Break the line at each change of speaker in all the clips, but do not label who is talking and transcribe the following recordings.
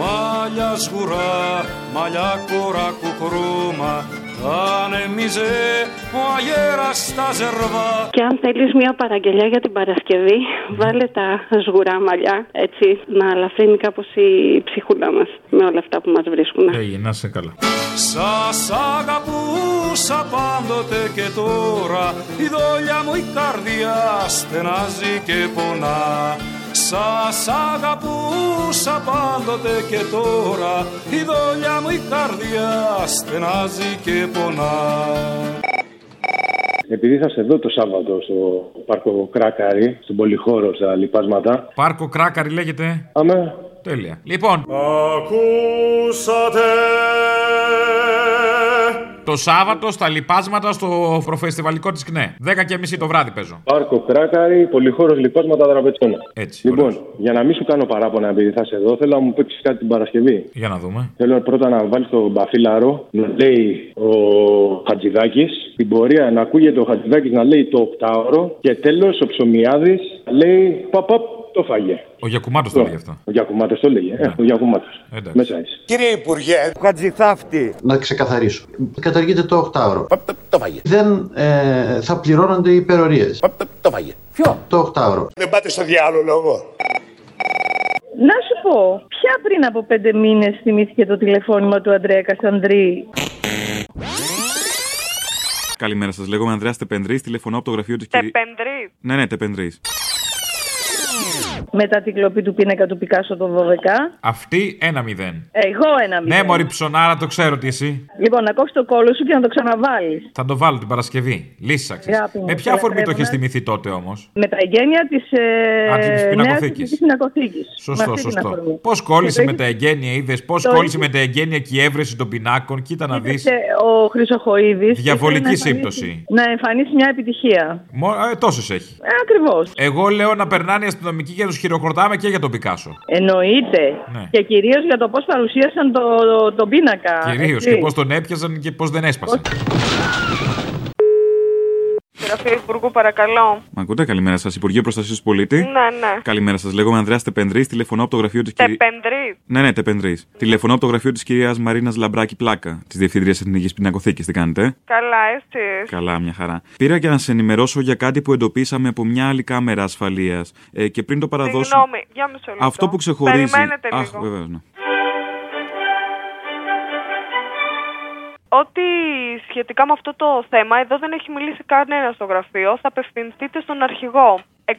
μαλλιά σγουρά, μαλλιά κόρα κουκρούμα, ανεμίζε ο αγέρας στα ζερβά.
Και αν θέλεις μια παραγγελιά για την Παρασκευή, βάλε τα σγουρά μαλλιά, έτσι, να αλαφρύνει κάπως η ψυχούλα μας με όλα αυτά που μας βρίσκουν.
Ε.
Έγινε, να είσαι καλά.
Σας αγαπούσα πάντοτε και τώρα Η δόλια μου η καρδιά στενάζει και πονά Σας αγαπούσα πάντοτε και τώρα Η δόλια μου η καρδιά στενάζει και πονά
Επειδή είσαστε εδώ το Σάββατο στο πάρκο Κράκαρη, στον Πολυχώρο, στα λοιπάσματα.
Πάρκο Κράκαρη λέγεται.
Αμέ.
Τέλεια. Λοιπόν,
Ακούσατε
το Σάββατο στα λοιπάσματα στο προφεστιβαλικό της ΚΝΕ. 10 και μισή το βράδυ παίζω.
Πάρκο Κράκαρη, Πολυχώρος, λοιπάσματα, δραπετσόνα.
Έτσι.
Λοιπόν,
ωραίος.
για να μην σου κάνω παράπονα επειδή θα είσαι εδώ, θέλω να μου παίξεις κάτι την Παρασκευή.
Για να δούμε.
Θέλω πρώτα να βάλεις τον μπαφίλαρο να λέει ο Χατζηδάκης. Την πορεία να ακούγεται ο Χατζηδάκης να λέει το οκτάωρο. Και τέλος ο Ψωμιάδης λέει παπαπ, το φάγε.
Ο Γιακουμάτος το
Το.
λέει αυτό. Ναι.
Ο Γιακουμάτος το λέγε. Ε, ο Γιακουμάτος.
Εντάξει.
Μέσα είσαι.
να ξεκαθαρίσω. Καταργείται το οκτάωρο. Το φάγε. Δεν ε, θα πληρώνονται οι υπερορίες. Το φάγε. Ποιο? Το οκτάωρο.
Να σου πω, ποια πριν από πέντε μήνες θυμήθηκε το τηλεφώνημα του Αντρέα Κασανδρή.
Καλημέρα σας. Λέγομαι Ανδρέας Τεπενδρής, τηλεφωνώ από το γραφείο της κυρία.
Τεπενδρής.
Ναι, ναι, Τεπενδρής.
Μετά την κλοπή του πίνακα του Πικάσο το 12.
Αυτή ένα μηδέν.
Εγώ ένα μήνα.
Ναι, Μωρή Ψωνάρα, το ξέρω τι εσύ.
Λοιπόν, να κόψεις το κόλλο σου και να το ξαναβάλεις.
Θα το βάλω την Παρασκευή. Λύσαξε.
Αγάπη μου,
Με ποια
σε
αφορμή το
λατρεύω,
έχει
ναι.
θυμηθεί τότε όμως.
Με τα εγγένεια της
Α, της
ε,
πινακοθήκης.
πινακοθήκη.
Σωστό, σωστό. Πώς κόλλησε με τα εγγένεια, είδες. Πώς
το
κόλλησε
είχε-
με τα εγγένεια και η έβρεση των πινάκων. Κοίτα να δεις.
Ο Χρυσοχοίδης.
Διαβολική σύμπτωση.
Να εμφανίσει μια επιτυχία.
Τόσες έχει.
Ε, Ακριβώς.
Εγώ λέω να περνάνε οι αστυνομικοί και να τους χειροκροτάμε και για τον Πικάσο.
Εννοείται.
Ναι.
Και κυρίως για το πώς παρουσίασαν τον το, τον πίνακα.
Κυρίως
έτσι.
και πώς τον έπιαζαν και πώς δεν έσπασαν.
Γραφείο Υπουργού, παρακαλώ.
Μα ακούτε, καλημέρα σας. Υπουργείο Προστασίας του Πολίτη.
Ναι, ναι.
Καλημέρα σας. Λέγομαι Ανδρέας Τεπενδρής, τηλεφωνώ από το γραφείο της κυρία.
Τεπενδρής.
Ναι, ναι, Τεπενδρής. Τηλεφωνώ από το γραφείο της κυρίας Μαρίνας Λαμπράκη Πλάκα, της Διευθυντρία Εθνικής Πινακοθήκης. Τι κάνετε. ε?
Καλά, εσύ.
Καλά, μια χαρά. Πήρα για να σε ενημερώσω για κάτι που εντοπίσαμε από μια άλλη κάμερα ασφαλείας. Ε, και πριν το παραδώσω.
Συγγνώμη, για μισό λεπτό.
Αυτό που ξεχωρίζει.
Περιμένετε λίγο.
Αχ, βεβαίως, ναι.
Ότι σχετικά με αυτό το θέμα, εδώ δεν έχει μιλήσει κανένας στο γραφείο. Θα απευθυνθείτε στον αρχηγό. 69 2.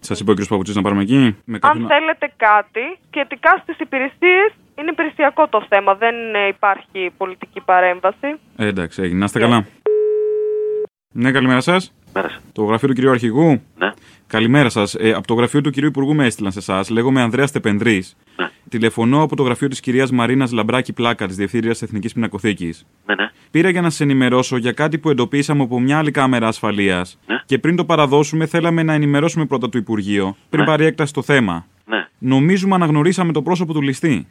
Σας είπε ο κ. Παπουτσής Ε, να πάρουμε εκεί. Με
Αν
κάποιον...
θέλετε κάτι, σχετικά στις υπηρεσίες, είναι υπηρεσιακό το θέμα. Δεν ε, υπάρχει πολιτική παρέμβαση.
Ε, εντάξει, έγινε. Να είστε καλά. Ναι, καλημέρα σας.
Πέρασε.
Το γραφείο του κυρίου Αρχηγού.
Ναι.
Καλημέρα σας. Ε, από το γραφείο του κυρίου Υπουργού με έστειλαν σε εσάς. Λέγομαι Ανδρέας Τεπενδρής.
Ναι.
Τηλεφωνώ από το γραφείο της κυρίας Μαρίνας Λαμπράκη Πλάκα, της Διευθύντριας Εθνικής Πινακοθήκης.
Ναι, ναι.
Πήρα για να σα ενημερώσω για κάτι που εντοπίσαμε από μια άλλη κάμερα ασφαλείας.
Ναι.
Και πριν το παραδώσουμε, θέλαμε να ενημερώσουμε πρώτα το Υπουργείο, πριν
Ναι.
πάρει έκταση το θέμα.
ναι.
Νομίζουμε αναγνωρίσαμε το πρόσωπο του ληστή.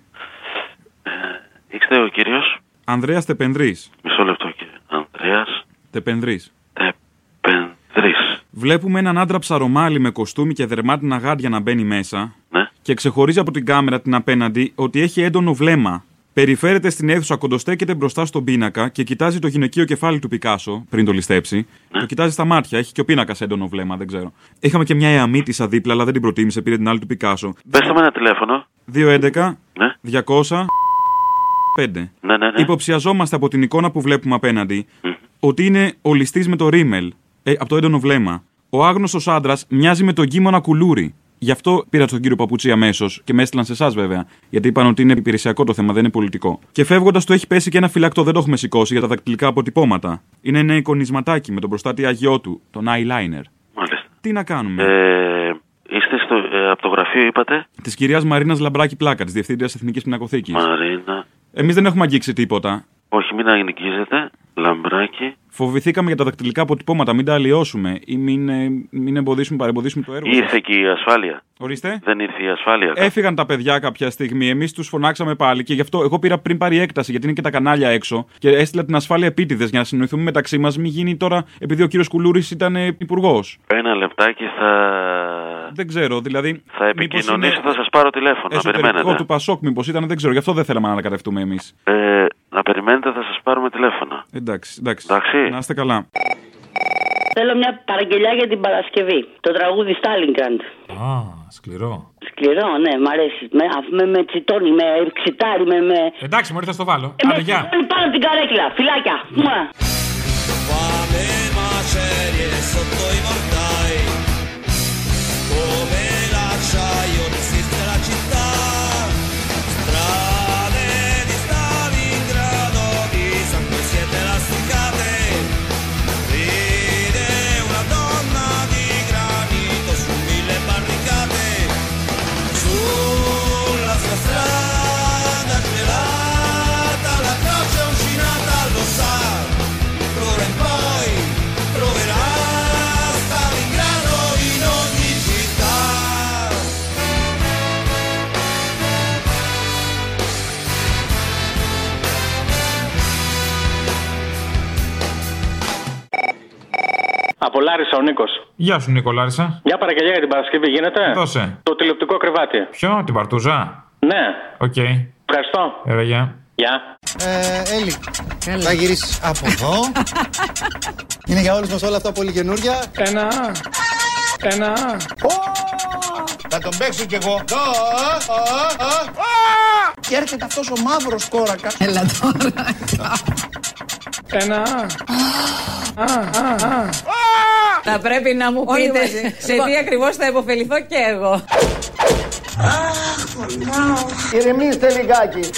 Είστε ο κύριος.
Ανδρέας Τεπενδρής.
Μισό λεπτό κύριε. Ανδρέας ε,
Τεπενδρή.
Τεπενδρής.
Βλέπουμε έναν άντρα ψαρομάλι με κοστούμι και δερμάτινα γάντια να μπαίνει μέσα
Ναι.
και ξεχωρίζει από την κάμερα την απέναντι ότι έχει έντονο βλέμμα. Περιφέρεται στην αίθουσα, κοντοστέκεται μπροστά στον πίνακα και κοιτάζει το γυναικείο κεφάλι του Πικάσο πριν το ληστέψει. Το κοιτάζει στα μάτια, έχει και ο πίνακας έντονο βλέμμα, δεν ξέρω. Είχαμε και μια εαμίτησα δίπλα, αλλά δεν την προτίμησε, πήρε την άλλη του Πικάσο.
Πες το με ένα τηλέφωνο.
211
Ναι.
200 5.
Ναι, ναι, ναι.
Υποψιαζόμαστε από την εικόνα που βλέπουμε απέναντι ότι είναι ο ληστή με το ρίμελ, ε, από το έντονο βλέμμα. Ο άγνωστος άντρας μοιάζει με τον κίμωνα κουλούρι. Γι' αυτό πήρα τον κύριο Παπουτσί αμέσως και με έστειλαν σε εσάς βέβαια. Γιατί είπαν ότι είναι υπηρεσιακό το θέμα, δεν είναι πολιτικό. Και φεύγοντας, το έχει πέσει και ένα φυλακτό, δεν το έχουμε σηκώσει για τα δακτυλικά αποτυπώματα. Είναι ένα εικονισματάκι με τον προστάτη Αγιό του, τον eyeliner.
Μάλιστα.
Τι να κάνουμε.
Ε, είστε στο, ε, από το γραφείο είπατε.
Της κυρίας Μαρίνας Λαμπράκη Πλάκα, της Διευθύντριας Εθνικής Πινακοθήκης.
Μαρίνα.
Εμείς δεν έχουμε αγγίξει τίποτα.
Όχι, μην αγγίζετε. Λαμπράκι.
Φοβηθήκαμε για τα δακτυλικά αποτυπώματα, μην τα αλλοιώσουμε ή μην, ε, μην εμποδίσουμε, παρεμποδίσουμε το έργο. σας.
Ήρθε και η ασφάλεια.
Ορίστε.
Δεν ήρθε η ασφάλεια.
Έφυγαν τα παιδιά κάποια στιγμή. Εμείς τους φωνάξαμε πάλι και γι' αυτό εγώ πήρα πριν πάρει έκταση, γιατί είναι και τα κανάλια έξω. Και έστειλα την ασφάλεια επίτηδες για να συνοηθούμε μεταξύ μας. Μην γίνει τώρα, επειδή ο κύριος Κουλούρης ήταν ε, υπουργός.
Ένα λεπτάκι θα,
Δεν ξέρω, δηλαδή.
θα επικοινωνήσω, θα σας πάρω τηλέφωνο. Να
Εσωτερικό του
περιμένετε.
Πασόκ, μήπως ήταν, δεν ξέρω. Γι' αυτό δεν θέλαμε να ανακατευτούμε εμείς.
Ε, να περιμένετε, θα σας πάρουμε τηλέφωνο.
Εντάξει, εντάξει.
Εντάξει.
Να είστε καλά.
Θέλω μια παραγγελιά για την Παρασκευή. Το τραγούδι Στάλιγκραντ.
Α, σκληρό.
Σκληρό, ναι, μ' αρέσει. Με, αφού με, με τσιτώνει, με ξιτάρει, με. με...
Εντάξει, μωρή, θα στο βάλω.
Ε, με
Άντε, γεια.
τσιτώνει πάνω από την καρέκλα. Φυλάκια. Μουα.
Fame macerie sotto i mortai, come l'acciaio resiste la città, strade di Stalingrado di sangue siete lastricate, ride una donna di granito su mille barricate, sulla sua strada gelata, la croce uncinata lo sa. D'ora in poi troverà Stalingrado in ogni città.
Από Λάρισα ο Νίκος.
Γεια σου, Νικολάρισα.
Μια παραγγελία για την Παρασκευή
Ναι.
γίνεται.
Δώσε.
Το τηλεοπτικό κρεβάτι.
Ποιο, την παρτούζα.
Ναι.
Οκ.
Ευχαριστώ.
Έλα, γεια.
Γεια.
Ε, Έλλη, θα γυρίσεις από εδώ. Είναι για όλους μας όλα αυτά πολύ καινούρια. Ένα. Ένα. Θα τον παίξω κι εγώ. Και έρχεται αυτός ο μαύρος κόρακας. Έλα τώρα.
Ένα. Θα πρέπει να μου
Όλοι
πείτε
μαζί.
σε τι ακριβώς θα υποφεληθώ και εγώ.
Ηρεμήστε λιγάκι.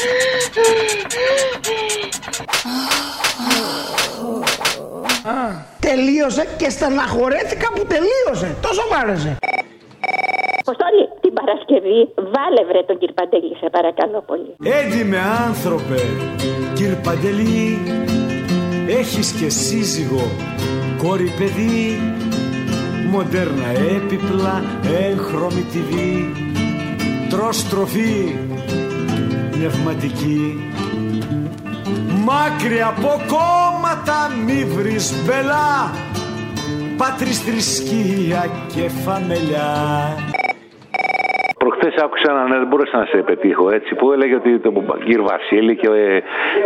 Τελείωσε και στεναχωρέθηκα που τελείωσε. Τόσο μ' άρεσε.
Αποστόλη, την Παρασκευή βάλε βρε τον κύριο Παντελή, σε παρακαλώ πολύ.
Έτσι με άνθρωπε, κύρ Παντελή, έχεις και σύζυγο, κόρη παιδί, μοντέρνα έπιπλα, έγχρωμη TV, τρως τροφή, πνευματική. Μάκρυ από κόμματα μη βρεις μπελά, πάτρις θρησκεία και φαμελιά.
Προχθέ άκουσα έναν, δεν μπόρεσα να σε πετύχω έτσι, που έλεγε ότι το κύριο Βασίλη και ε,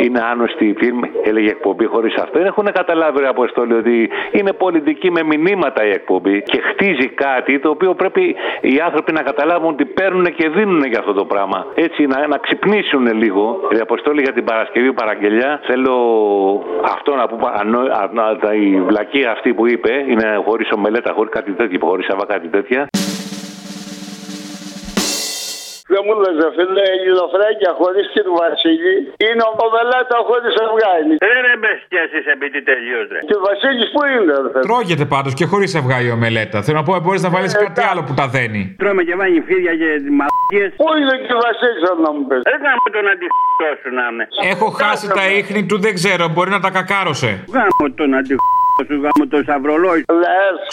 είναι άνοστη φιλμ, έλεγε εκπομπή χωρίς αυτό. Έχουν καταλάβει ρε Αποστόλη ότι είναι πολιτική με μηνύματα η εκπομπή και χτίζει κάτι το οποίο πρέπει οι άνθρωποι να καταλάβουν ότι παίρνουν και δίνουν για αυτό το πράγμα. Έτσι, να, να ξυπνήσουν λίγο. Ρε Αποστόλη για την Παρασκευή Παραγγελιά, θέλω αυτό να πω. Ανώ, ανά- τα- η βλακία αυτή που είπε είναι χωρίς ομελέτα, χωρίς κάτι τέτοιο, χωρίς σαβά κάτι τέτοια.
Δεν μου λες ρε φίλε, ελληνοφρέκια χωρίς την Βασίλη είναι ο βελέτα χωρίς αυγάνη.
Δεν Ε, ρε με σκέσεις επειδή τελείωσε.
Και ο Βασίλης που είναι ρε φίλε.
Τρώγεται πάντως και χωρίς αυγά η ομελέτα. Θέλω να πω, μπορείς να
Ε,
βάλει κάτι άλλο που τα δένει.
Τρώμε και βάνει φίδια και μαλακίες.
Πού είναι και ο Βασίλης θέλω να μου Ε, πες.
Δεν θα μου τον αντιχτώσουν να είμαι.
Έχω χάσει τα ίχνη του, δεν ξέρω, μπορεί να τα κακάρωσε.
Γάμο τον αντιχτώσουν, γάμο τον σαυρολόι.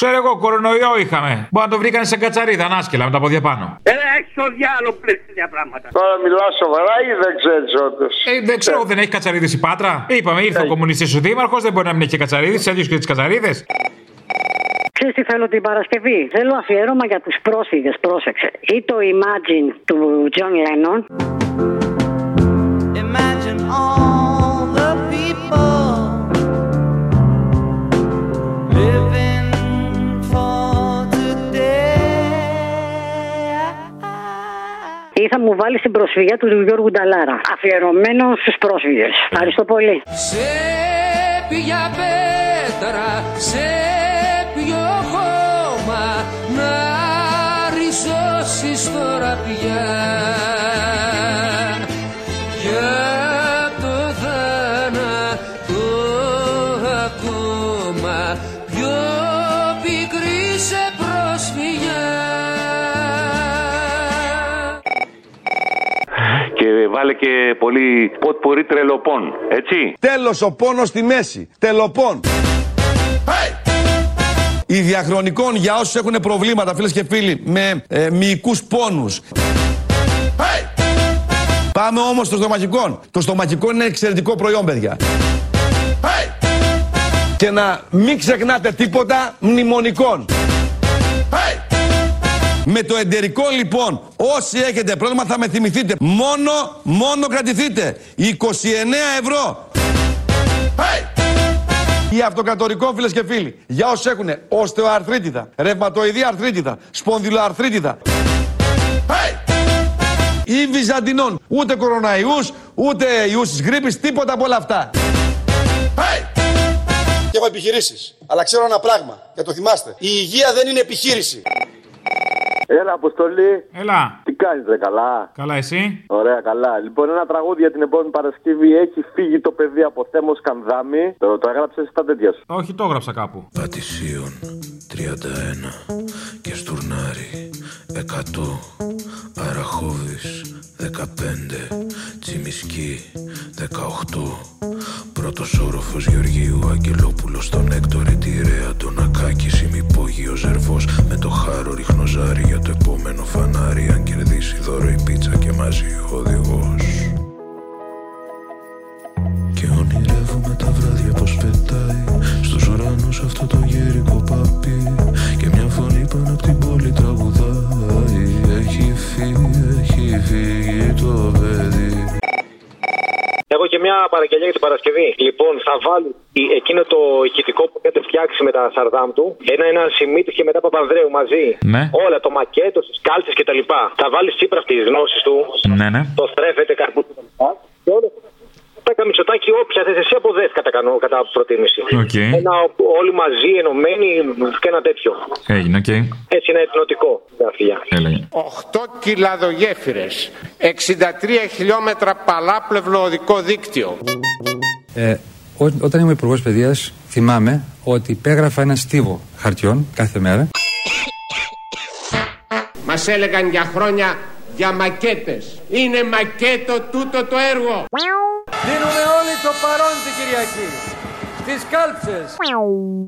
Ξέρω εγώ, κορονοϊό είχαμε. Μπορεί να το βρήκανε σε κατσαρίδα, ανάσκελα με τα πόδια πάνω.
Ε, έξω διάλογο πλέον πράγματα.
Τώρα μιλάς σοβαρά ή δεν ξέρεις όντως.
Ε, δεν ξέρω, δεν έχει κατσαρίδες η Πάτρα. Είπαμε,
Ε,
ήρθε ο κομμουνιστής ο Δήμαρχος, δεν μπορεί να μην έχει κατσαρίδες, έτσι και τις κατσαρίδες.
Ξέρεις τι θέλω την Παρασκευή. Θέλω αφιέρωμα για τους πρόσφυγες, πρόσεξε. Ή το Imagine του John Lennon.
Imagine all the people living for today.
Ή θα μου βάλεις την προσφυγιά του Γιώργου Νταλάρα. Αφιερωμένο στους πρόσφυγες. Ευχαριστώ πολύ.
Σέπια πέτρα, σέπιο χώμα να ριζώσεις τώρα πια για το θάνατο ακόμα πιο πικρή σε προσφυγιά
Και ε, βάλε και πολύ ποτ πουρί τρελοπών. Έτσι.
Τέλος ο πόνος στη μέση. Τελοπών. Η διαχρονικών για όσους έχουν προβλήματα, φίλες και φίλοι, με ε, μυϊκούς πόνους. Πάμε όμως στο στομαχικό. Το στομαχικό είναι εξαιρετικό προϊόν, παιδιά. Και να μην ξεχνάτε τίποτα μνημονικών. Με το εντερικό λοιπόν, όσοι έχετε πρόβλημα θα με θυμηθείτε. Μόνο, μόνο κρατηθείτε. 29 ευρώ. Ή αυτοκατορικό φίλες και φίλοι, για όσοι έχουν οστεοαρθρίτιδα, ρευματοειδή αρθρίτιδα, σπονδυλοαρθρίτιδα ή βυζαντινών. Ούτε κοροναϊούς, ούτε ιούς της γρήπης, τίποτα από όλα αυτά.
Και έχω επιχειρήσεις. Αλλά ξέρω ένα πράγμα, για το θυμάστε. Η υγεία δεν είναι επιχείρηση.
Έλα, Αποστολή.
Έλα.
Τι κάνεις, ρε, καλά.
Καλά, εσύ.
Ωραία, καλά. Λοιπόν, ένα τραγούδι για την επόμενη Παρασκευή. Έχει φύγει το παιδί από θέμος Κανδάμι. Το, το έγραψες στα τέτοια σου.
Όχι, το έγραψα κάπου.
Πατησίων 31 και Στουρνάρι 100 Αραχώδης 15 Τσιμισκή 18 Πρώτος όροφος Γεωργίου Αγγελόπουλος Τον Έκτορη τη Ρέα Τον Ακάκη Σημυπόγειο Ζερβός Με το χάρο ρίχνω ζάρι για το επόμενο φανάρι Αν κερδίσει δώρο η πίτσα και μαζί ο οδηγός Και ονειρεύομαι τα βράδια πως πετάει Στους ουρανούς αυτό το γέρικο παπί Και μια φωνή πάνω από την πόλη τραγουδάει Έχει φύγει, έχει φύγει το παιδί
Έχω και μια παραγγελία για την Παρασκευή. Λοιπόν, θα βάλω η- εκείνο το ηχητικό που έχετε φτιάξει με τα Σαρδάμ του. Ένα, ένα Σιμίτη και μετά Παπανδρέου μαζί.
Ναι.
Όλα, το μακέτο, τις κάλτσες κτλ. Θα βάλεις τσίπρα αυτή τι γνώσεις του.
Ναι, ναι.
Το στρέφεται καρπούς κτλ. Και όλα τα καμισοτάκι, όποια θες εσύ αποδέθ κατά, κανό, κατά προτίμηση.
Οκ.
Ένα, όλοι μαζί ενωμένοι και ένα τέτοιο.
Έγινε, οκ.
Έτσι είναι εθνοτικό. Τα φιλιά.
Έλεγε.
8 κιλαδογέφυρες, 63 χιλιόμετρα παλάπλευλο οδικό δίκτυο.
Ε, ό, όταν ήμουν υπουργός παιδείας, θυμάμαι ότι υπέγραφα ένα στίβο χαρτιών κάθε μέρα.
Μας έλεγαν για χρόνια για μακέτες. Είναι μακέτο τούτο το έργο.
Δίνουμε όλοι το παρόν την Κυριακή. Στις κάλψες.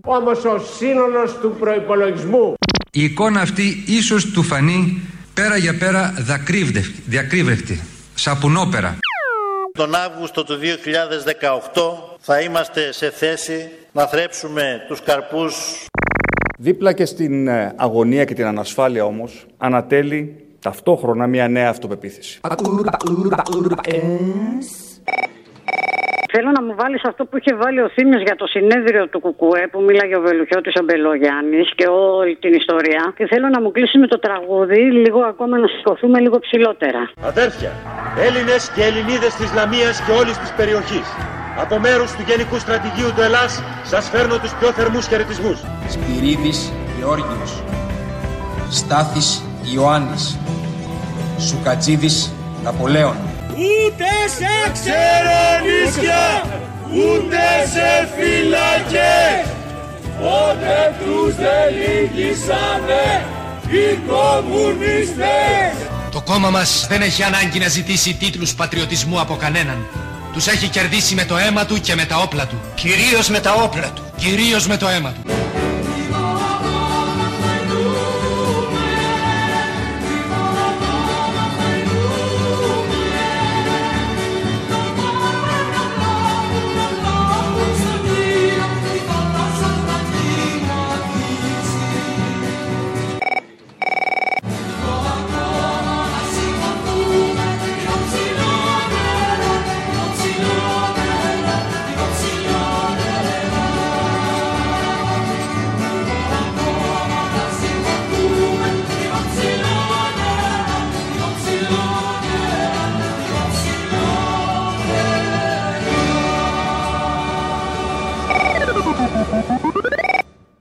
Όμως ο σύνολος του προϋπολογισμού
Η εικόνα αυτή ίσως του φανεί πέρα για πέρα δακρύβδευ- διακρύβευτη, σαπουνόπερα.
Τον Αύγουστο του 2018 θα είμαστε σε θέση να θρέψουμε τους καρπούς
Δίπλα και στην ε, αγωνία και την ανασφάλεια όμως, ανατέλει ταυτόχρονα μια νέα αυτοπεποίθηση.
Θέλω να μου βάλεις αυτό που είχε βάλει ο Θήμιος για το συνέδριο του Κουκουέ που μίλαγε ο Βελουχιώτης Αμπελόγιάννη και όλη την ιστορία. Και θέλω να μου κλείσει με το τραγούδι λίγο ακόμα να σηκωθούμε λίγο ψηλότερα.
Αδέρφια, Έλληνες και Ελληνίδες της Λαμίας και όλης της περιοχής. Από μέρους του Γενικού Στρατηγίου του Ελλάς σας φέρνω τους πιο θερμούς χαιρετισμούς.
Σπυρίδης Γεώργιος Στάθης Ιωάννης Σουκατζίδης Ναπολέων
Ούτε σε ξερονίσια, ούτε σε φυλακές Πότε τους δελίγησανε οι κομμουνιστές
Το κόμμα μας δεν έχει ανάγκη να ζητήσει τίτλους πατριωτισμού από κανέναν. Τους έχει κερδίσει με το αίμα του και με τα όπλα του. Κυρίως με τα όπλα του. Κυρίως με το αίμα του.